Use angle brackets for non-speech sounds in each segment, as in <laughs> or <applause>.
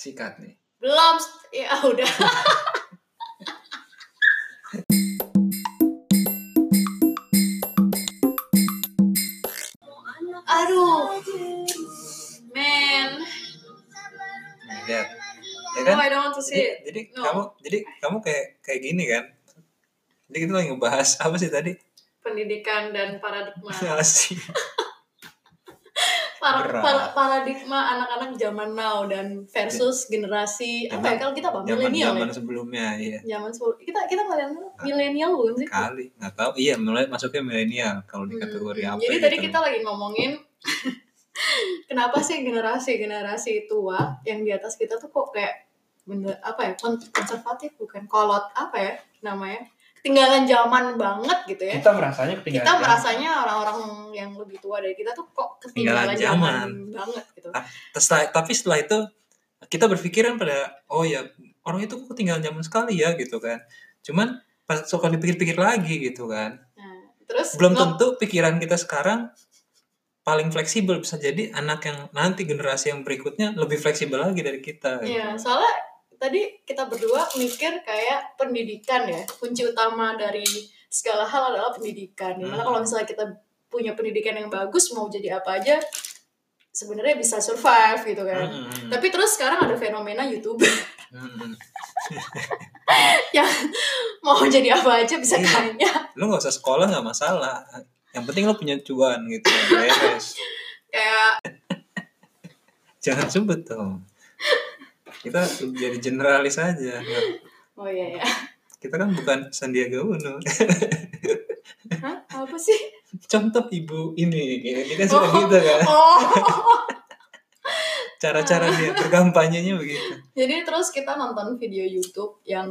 sikat nih. Belum, ya udah. Aduh, man. Nih, Nah, lihat. Ya No, kan? Oh, I don't want to see it. Jadi, jadi No. kamu jadi kamu kayak kayak gini kan. Jadi kita lagi ngebahas <laughs> apa sih tadi? Pendidikan dan paradigma. Apa sih? Par- Berat. par- paradigma anak-anak zaman now dan versus generasi apa ya Zaman- kalau kita apa Zaman milenial ya? zaman Ah. sebelumnya iya. Zaman sebelum kita kita milenial milenial bukan sih? Kali nggak tahu. Iya mulai masuknya milenial kalau di Hmm. kategori apa? Jadi gitu. tadi kita lagi ngomongin <laughs> kenapa sih generasi-generasi tua yang di atas kita tuh kok kayak bener apa ya kon- konservatif bukan kolot apa ya namanya ketinggalan zaman banget gitu ya. Kita merasanya ketinggalan. Kita zaman. merasanya orang-orang yang lebih tua dari kita tuh kok ketinggalan, Ketinggalan zaman. banget gitu. Terus setelah- tapi setelah itu kita berpikiran pada oh ya orang itu kok ketinggalan zaman sekali ya gitu kan. Cuman pas suka dipikir-pikir lagi gitu kan. Nah, terus Belum ngom- tentu pikiran kita sekarang paling fleksibel bisa jadi anak yang nanti generasi yang berikutnya lebih fleksibel lagi dari kita. gitu. Iya, soalnya tadi kita berdua mikir kayak pendidikan ya. Kunci utama dari segala hal adalah pendidikan. Dimana Hmm. kalau misalnya kita punya pendidikan yang bagus, mau jadi apa aja, sebenarnya bisa survive gitu kan. Mm-mm. Tapi terus sekarang ada fenomena YouTube <laughs> Mm-mm. yang mau jadi apa aja bisa Iya. kaya. Lu nggak usah sekolah nggak masalah. Yang penting lu punya cuan gitu. Beres. Kayak Jangan sebut dong. Kita jadi generalis aja. oh iya ya. Kita kan bukan Sandiaga Uno. Hah? Apa sih? contoh ibu ini gitu. kita suka Oh. gitu kan Oh. cara-cara dia berkampanyenya begitu Jadi terus kita nonton video YouTube yang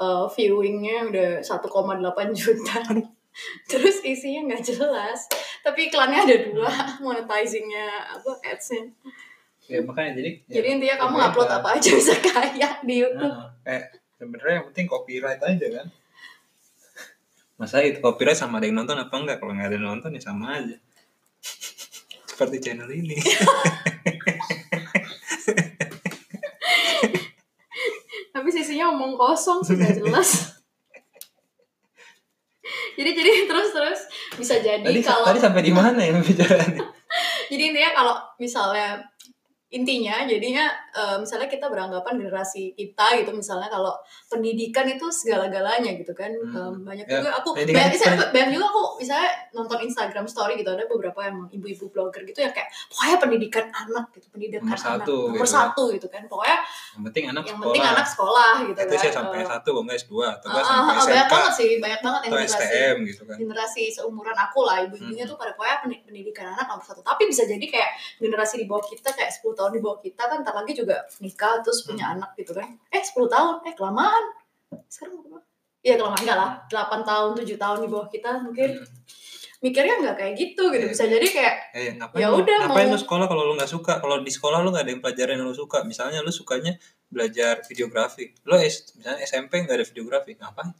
uh, viewingnya udah 1,8 juta. <laughs> terus isinya nggak jelas, tapi iklannya ada dua, <laughs> monetizingnya apa adsnya. ya makanya jadi Jadi intinya kamu berbeda. upload apa aja bisa kaya di YouTube. Nah, eh sebenarnya yang penting copyright aja kan masa itu copyright sama ada yang nonton apa enggak kalau nggak ada yang nonton ya sama aja <laughs> seperti channel ini Tapi isinya omong kosong sih nggak <laughs> jelas. jadi jadi terus terus bisa jadi <laughs> tadi kalau tadi sampai di mana ya pembicaraannya Jadi intinya kalau misalnya intinya jadinya eh, misalnya kita beranggapan generasi kita gitu misalnya kalau pendidikan itu segala-galanya gitu kan Hmm. Em, banyak Ya, juga aku pendidikan- kan. banyak, misalnya, banyak juga aku misalnya nonton Instagram story gitu ada beberapa yang ibu-ibu blogger gitu yang kayak pokoknya pendidikan anak gitu pendidikan Nomor anak satu nomor gitu. satu gitu kan pokoknya yang penting anak yang sekolah penting anak sekolah gitu itu kan sih sampai Eh, satu kalau nggak S2 atau nggak sampai ah, ah, banyak SMK banget sih banyak banget yang atau generasi STM gitu kan generasi seumuran aku lah ibu-ibunya Hmm. tuh pada pokoknya pendi- pendidikan anak nomor satu tapi bisa jadi kayak generasi di bawah kita kayak 10 tahun di bawah kita kan ntar lagi juga nikah terus Hmm. punya anak gitu kan eh 10 tahun eh kelamaan sekarang berapa Iya kelamaan enggak lah Hmm. 8 tahun 7 tahun di bawah kita mungkin mikirnya nggak kayak gitu gitu Iya. bisa jadi kayak Eh, ngapain Ya lu- udah, ngapain mau- lu sekolah kalau lu nggak suka? Kalau di sekolah lu nggak ada yang pelajaran yang lu suka. Misalnya lu sukanya belajar videografi. Lu S- misalnya SMP nggak ada videografi, ngapain?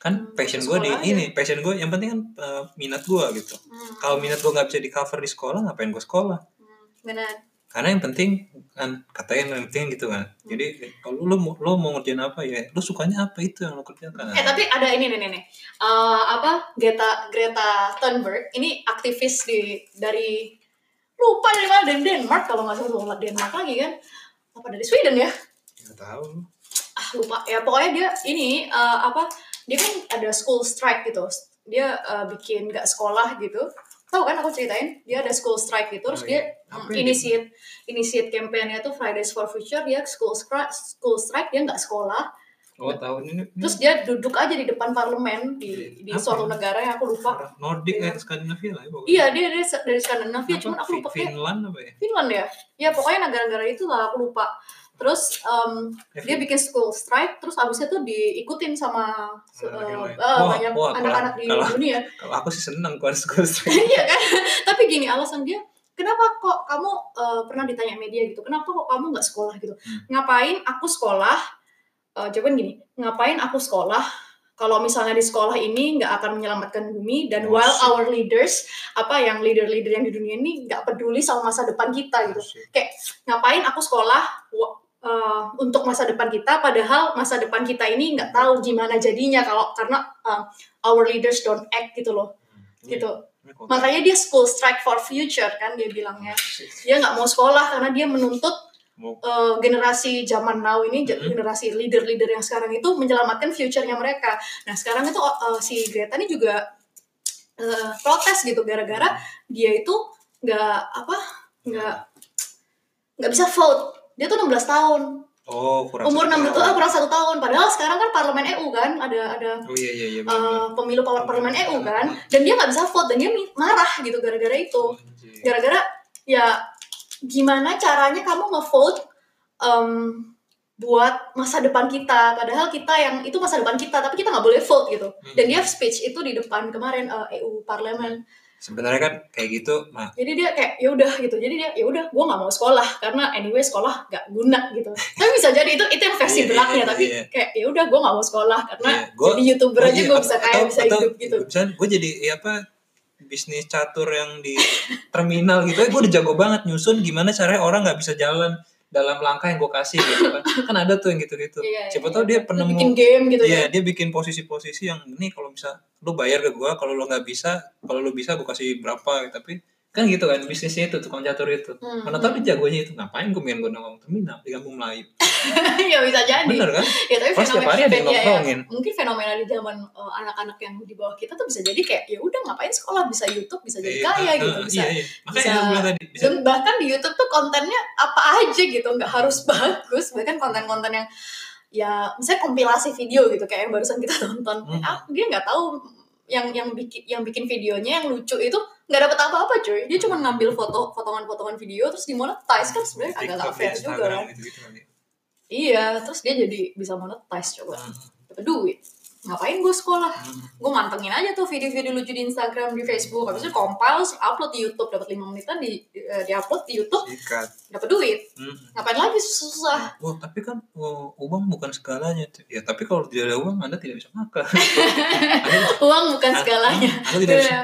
Kan Hmm, passion ke gue di sekolah aja. ini, passion gue yang penting kan eh, minat gue gitu. hmm, Kalau minat gue nggak bisa di cover di sekolah, ngapain gue sekolah? hmm, benar Karena yang penting kan katanya yang penting gitu kan. Jadi Hmm. eh, kalau lu mau- lu mau ngerjain apa ya, lu sukanya apa itu yang lu kerjakan. Eh tapi ada ini nih nih nih. Eh, apa Greta Greta Thunberg ini aktivis di dari lupa dari mana dari Denmark kalau nggak salah lupa Denmark lagi kan apa dari Sweden ya Nggak tahu. ah lupa ya pokoknya dia ini eh, apa dia kan ada school strike gitu dia eh, bikin nggak sekolah gitu tahu kan aku ceritain dia ada school strike gitu terus Oh, dia iya. mm, Apa yang initiate initiate campaign-nya tuh Fridays for Future dia school strike school strike dia nggak sekolah Oh tahun ini. Terus dia duduk aja di depan parlemen di di Iya. Apa? suatu negara yang aku lupa. Orang Nordic kan Skandinavia lah ya pokoknya. Iya, dia dari dari Skandinavia, Apa? Iya, cuman aku lupa kayak Finland apa ya? Finland ya. Ya pokoknya negara-negara itu lah aku lupa. Terus em, Eh, dia bikin school strike, terus abisnya tuh diikutin sama eh, Anak-anak yang lain. eh, Wah, banyak wah, anak-anak di kalau- dunia. Kalau aku sih seneng keluar school strike. iya kan? Tapi gini alasan dia, kenapa kok kamu eh, pernah ditanya media gitu, kenapa kok kamu nggak sekolah gitu? Hmm. Ngapain aku sekolah? Eh, jawaban gini, ngapain aku sekolah? kalau misalnya di sekolah ini nggak akan menyelamatkan bumi dan Asik. while our leaders apa yang leader-leader yang di dunia ini nggak peduli sama masa depan kita gitu Iya. kayak ngapain aku sekolah wa- eh, untuk masa depan kita padahal masa depan kita ini nggak tahu gimana jadinya kalau karena eh, our leaders don't act gitu loh Iya. gitu makanya dia school strike for future kan dia bilangnya dia nggak mau sekolah karena dia menuntut Mau- eh, generasi zaman now ini je- Mhm. generasi leader-leader yang sekarang itu menyelamatkan future-nya mereka. Nah sekarang itu eh, si Greta ini juga eh, protes gitu gara-gara dia itu nggak apa nggak nggak bisa vote. Dia tuh 16 tahun, oh kurang umur satu 16 tahun. tahun ah, kurang satu tahun. Padahal sekarang kan parlemen EU kan ada ada oh iya iya iya eh, pemilu par- parlemen EU kan, dan dia nggak bisa vote dan dia mi- marah gitu gara-gara itu Anjir. gara-gara ya gimana caranya kamu ngevote em, buat masa depan kita padahal kita yang itu masa depan kita tapi kita nggak boleh vote gitu Hmm. dan dia speech itu di depan kemarin eh, EU parlemen sebenarnya kan kayak gitu mah jadi dia kayak ya udah gitu jadi dia ya udah gue nggak mau sekolah karena anyway sekolah nggak guna gitu tapi bisa jadi itu itu yang versi Iya, iya, beratnya iya, tapi iya. kayak ya udah gue nggak mau sekolah karena Iya, gua- jadi youtuber aja gue bisa kayak bisa hidup gitu gue jadi ya apa bisnis catur yang di terminal gitu, gue udah jago banget nyusun gimana caranya orang nggak bisa jalan dalam langkah yang gue kasih gitu kan. Kan ada tuh yang gitu-gitu. Iya, iya, Siapa iya. tahu dia Lu penemu bikin game gitu Iya, ya dia bikin posisi-posisi yang ini kalau bisa lu bayar ke gua, kalau lu nggak bisa, kalau lu bisa gua kasih berapa tapi kan gitu kan bisnisnya itu tukang catur itu. Hmm, Mana tahu dia jagonya itu ngapain gue main gue nongkrong terminal di kampung Melayu. <laughs> ya bisa jadi Bener kan? ya tapi Pasti tiap hari ada yang fenomena- ya, ya. nongkrongin. mungkin fenomena di zaman eh, anak-anak yang di bawah kita tuh bisa jadi kayak ya udah ngapain sekolah bisa YouTube bisa jadi kaya Iya, gitu iya, bisa iya. Makanya bisa- yang gua bilang tadi bisa dan bahkan di YouTube tuh kontennya apa aja gitu nggak harus <laughs> bagus bahkan konten-konten yang ya misalnya kompilasi video gitu kayak yang barusan kita <laughs> tonton Hmm. Ah, dia nggak tahu yang yang bikin yang bikin videonya yang lucu itu nggak dapet apa-apa cuy dia cuma ngambil foto potongan-potongan video terus dimonetize kan sebenarnya agak nggak TikTok, fair juga Instagram, kan gitu-gitu kali. iya terus dia jadi bisa monetize coba Hmm. dapet duit ngapain gue sekolah Hmm. gue mantengin aja tuh video-video lucu di Instagram di Facebook habis itu compile upload di YouTube dapat 5 menitan di eh, diupload di YouTube Sikat. dapat duit Hmm. ngapain lagi susah Wah, tapi kan wah, uang bukan segalanya. Ya, tapi kalau tidak ada uang, Anda tidak bisa <laughs> makan. uang bukan segalanya Anda <laughs> tidak bisa. Iya.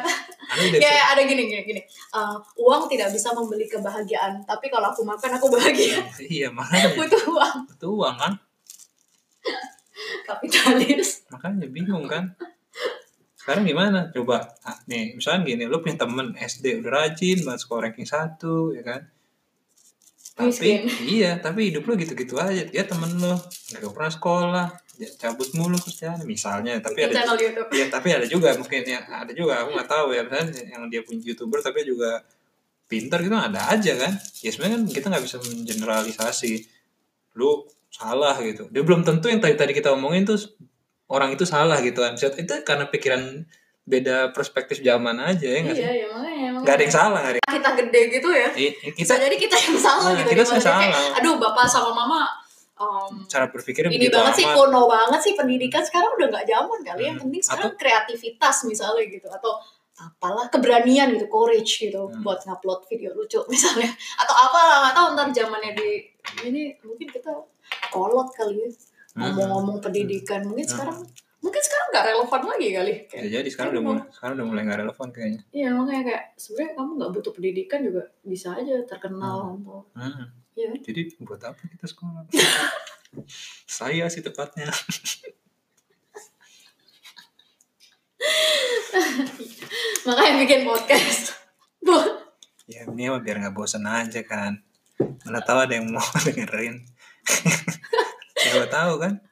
Anda tidak bisa. kayak ada gini gini gini Eh, uang tidak bisa membeli kebahagiaan tapi kalau aku makan aku bahagia <laughs> Iya, makanya. butuh uang Itu uang kan kapitalis makanya bingung kan sekarang gimana coba ah, nih misalnya gini lu punya temen SD udah rajin banget skor ranking satu ya kan tapi Miskin. iya tapi hidup lu gitu-gitu aja dia temen lu nggak pernah sekolah dia cabut mulu kerjaan misalnya tapi di ada channel YouTube Iya tapi ada juga mungkin ya ada juga aku nggak tahu ya misalnya yang dia punya youtuber tapi juga pinter gitu ada aja kan ya sebenarnya kan kita nggak bisa mengeneralisasi lu salah gitu dia belum tentu yang tadi tadi kita omongin tuh orang itu salah gitu kan Misalnya, itu karena pikiran beda perspektif zaman aja ya nggak sih iya ya makanya nggak ada makanya. yang salah nggak ada yang- kita gede gitu ya I- i- bisa kita jadi kita yang salah Nah, gitu kita di mana yang dia kayak, salah. aduh bapak sama mama em, cara berpikirnya ini begitu banget sih amat kuno banget sih pendidikan sekarang udah nggak zaman kali ya. yang Hmm. penting sekarang kreativitas misalnya gitu atau apalah keberanian gitu courage gitu Hmm. buat ngupload video lucu misalnya <laughs> atau apalah nggak tahu ntar zamannya di ini mungkin kita kolot kali ya Hmm. ngomong-ngomong pendidikan mungkin Hmm. sekarang mungkin sekarang nggak relevan lagi kali kayak ya, jadi sekarang udah mulai sekarang udah mulai nggak relevan kayaknya iya makanya kayak sebenarnya kamu nggak butuh pendidikan juga bisa aja terkenal atau Hmm. Iya. Jadi buat apa kita <laughs> sekolah? Saya sih tepatnya. makanya bikin podcast buat Ya ini mah biar nggak bosan aja kan. Mana tahu ada yang mau <laughs> dengerin. Siapa tahu kan?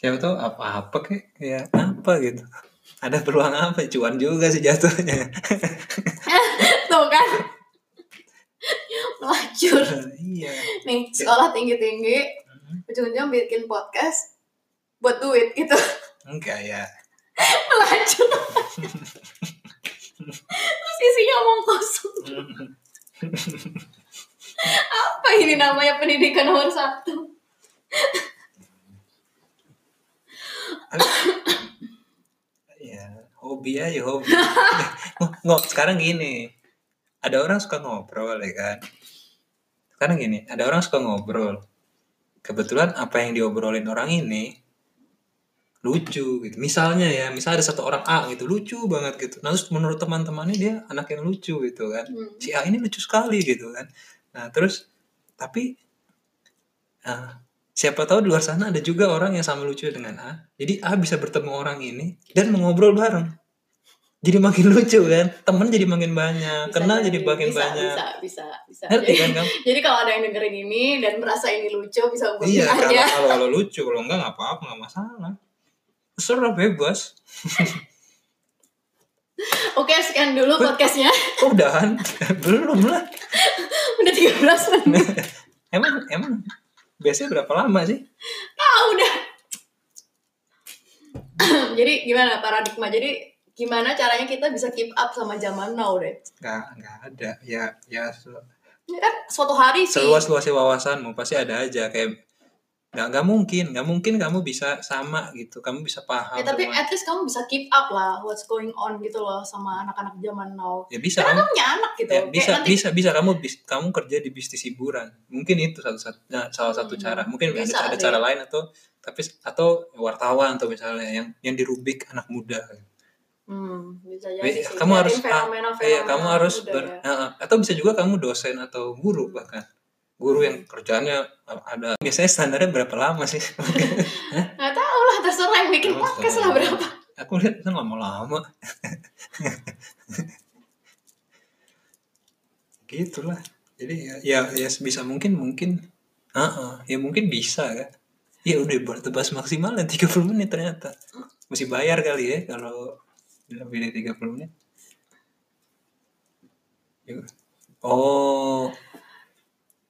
Siapa tahu apa-apa kek ya apa gitu. Ada peluang apa? Cuan juga sih jatuhnya. <laughs> tuh kan melacur iya. nih sekolah tinggi tinggi ujung-ujung bikin podcast buat duit gitu Enggak ya. melacur terus isinya omong kosong apa ini namanya pendidikan nomor satu ya hobi aja hobi. <laughs> Ngop sekarang gini. Ada orang suka ngobrol ya kan. Sekarang gini, ada orang suka ngobrol. Kebetulan apa yang diobrolin orang ini lucu gitu misalnya ya misal ada satu orang A gitu lucu banget gitu nah terus menurut teman-temannya dia anak yang lucu gitu kan Hmm. si A ini lucu sekali gitu kan nah terus tapi ah, siapa tahu di luar sana ada juga orang yang sama lucu dengan A jadi A bisa bertemu orang ini dan mengobrol bareng jadi makin lucu kan temen jadi makin banyak Bisa kenal jadi makin bisa, banyak Bisa, bisa, bisa. ngerti Jadi, kan kamu <laughs> jadi kalau ada yang dengerin ini dan merasa ini lucu bisa hubungin iya kalau aja. kalau kalau lucu kalau enggak nggak apa-apa nggak masalah ya, serah bebas Oke, sekian dulu podcastnya. <laughs> udahan <laughs> belum lah <laughs> Udah 13 menit. emang emang biasanya berapa lama sih Ah, udah. <clears throat> jadi gimana paradigma? Jadi gimana caranya kita bisa keep up sama zaman now deh? nggak nggak ada ya ya se- Ya kan suatu hari sih. eh, seluas luasnya wawasanmu pasti ada aja kayak nggak nggak mungkin nggak mungkin kamu bisa sama gitu kamu bisa paham Ya, tapi semua. at least kamu bisa keep up lah what's going on gitu loh sama anak-anak zaman now. ya bisa kamu Karena kamu punya anak gitu. ya, Kayak bisa nanti bisa bisa kamu bis- kamu kerja di bisnis hiburan mungkin itu satu satunya salah satu Hmm, cara mungkin bisa ya. ada, ada deh. cara lain atau tapi atau wartawan atau misalnya yang yang dirubik anak muda Hmm, bisa jadi Jadi, sih. kamu Jadi harus fenomena-fenomena Iya, kamu harus muda ber- ya. Heeh. atau bisa juga kamu dosen atau guru bahkan guru yang Hmm. kerjanya ada biasanya standarnya berapa lama sih? Nggak tahu lah, terserah yang bikin Terus, podcast lah eh, berapa. Aku lihat kan lama-lama. Gitulah. Jadi ya, ya, ya sebisa mungkin mungkin. Heeh, ya mungkin bisa kan. Ya udah bertebas maksimalnya 30 ya menit ternyata. Mesti bayar kali ya kalau lebih dari 30 menit. Yuk. Oh,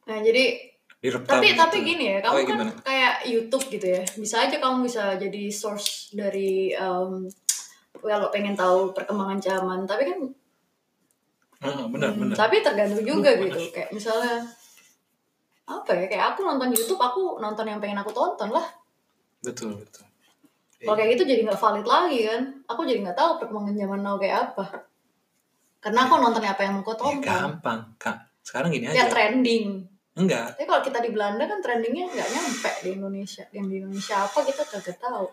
Nah, jadi direkam. gitu. tapi tapi gini ya, kamu Oh, kan gimana? kayak YouTube gitu ya. Bisa aja kamu bisa jadi source dari em, kalau pengen tahu perkembangan zaman, tapi kan Ah, benar, Hmm, benar. Tapi tergantung juga Benar. gitu. Kayak misalnya apa ya? Kayak aku nonton YouTube, aku nonton yang pengen aku tonton lah. Betul, betul. Kalau kayak gitu jadi nggak valid lagi kan? Aku jadi nggak tahu perkembangan zaman now kayak apa. Karena aku nonton apa yang aku Ya, tonton. gampang, Kak. Sekarang gini aja. Ya, trending. Enggak, Tapi kalau kita di Belanda kan trendingnya nggak nyampe di Indonesia. Yang di Indonesia apa kita kagak tahu.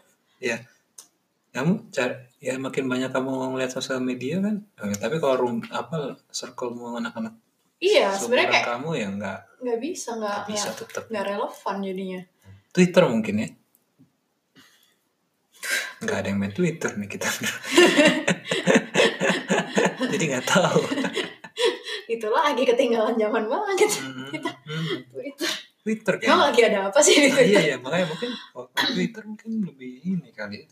kamu cari ya makin banyak kamu ngeliat sosial media kan eh, tapi kalau room apa circlemu anak-anak Iya, sebenarnya seumuran kayak Ah, ya. kamu ya nggak nggak bisa, nggak nggak bisa nggak tetap nggak relevan jadinya. Twitter mungkin ya nggak ada yang main Twitter nih kita <laughs> jadi nggak tahu Itulah lagi ketinggalan zaman <laughs> banget. Hmm, hmm. Twitter. Twitter kan Emang lagi ada apa sih di Twitter? iya iya makanya mungkin kalau Twitter mungkin lebih ini kali ya.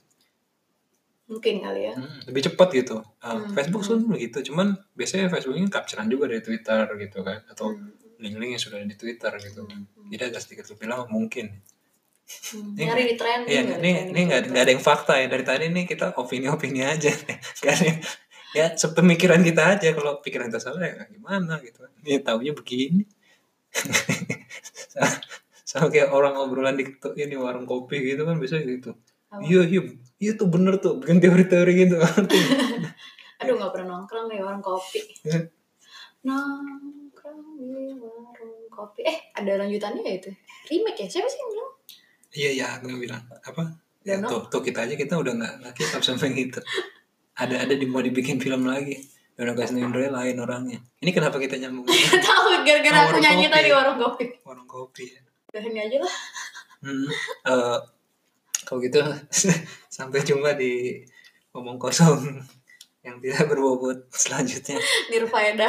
Mungkin kali ya. Hmm, lebih cepat gitu. Uh, Hmm. Facebook Hmm. pun begitu, cuman biasanya Facebooknya capturean juga dari Twitter gitu kan, atau Hmm. link-link yang sudah ada di Twitter gitu kan. Hmm. Jadi agak sedikit lebih lama mungkin. Hmm, Ini- nyari di trending Iya, nggak di ini ini trending nggak gitu. nggak ada yang fakta ya dari tadi nih kita opini-opini aja, <laughs> nggak ada yang- ya sepemikiran kita aja kalau pikiran kita salah ya gimana gitu. Ini taunya begini. <laughs> sama kayak orang obrolan di ini warung kopi gitu kan biasanya gitu. Apa? Iya, iya, iya tuh bener tuh, bikin teori-teori gitu. aduh nggak pernah nongkrong di warung kopi Iya. nongkrong di warung kopi eh ada lanjutannya ya itu remake ya siapa sih yang bilang Iya ya, aku yang bilang apa? Ya, Danau. tuh, tuh kita aja kita udah nggak nggak kita sampai gitu. Ada ada di mau dibikin film lagi. Ya Udah kasih Indra lain orangnya. Ini kenapa kita nyambung nggak tahu gara-gara aku Warung nyanyi kopi. tadi warung kopi warung kopi? Ya? udah ini aja lah Hmm. eh, kalau gitu <laughs> sampai jumpa di omong kosong yang tidak berbobot selanjutnya. nirfaida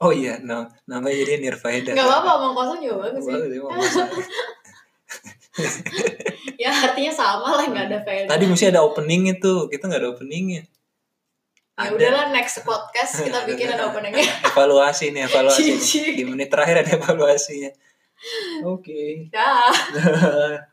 Oh iya, no, namanya jadi Nirvaida. nggak apa-apa omong kosong juga bagus sih Bagus ya, omong kosong. ya artinya sama lah nggak ada faida Tadi mesti ada opening itu, kita nggak ada openingnya. ya Ada. udahlah next podcast kita bikin ada openingnya evaluasi nih evaluasi nih. Cici. di menit terakhir ada evaluasinya oke dah Dah.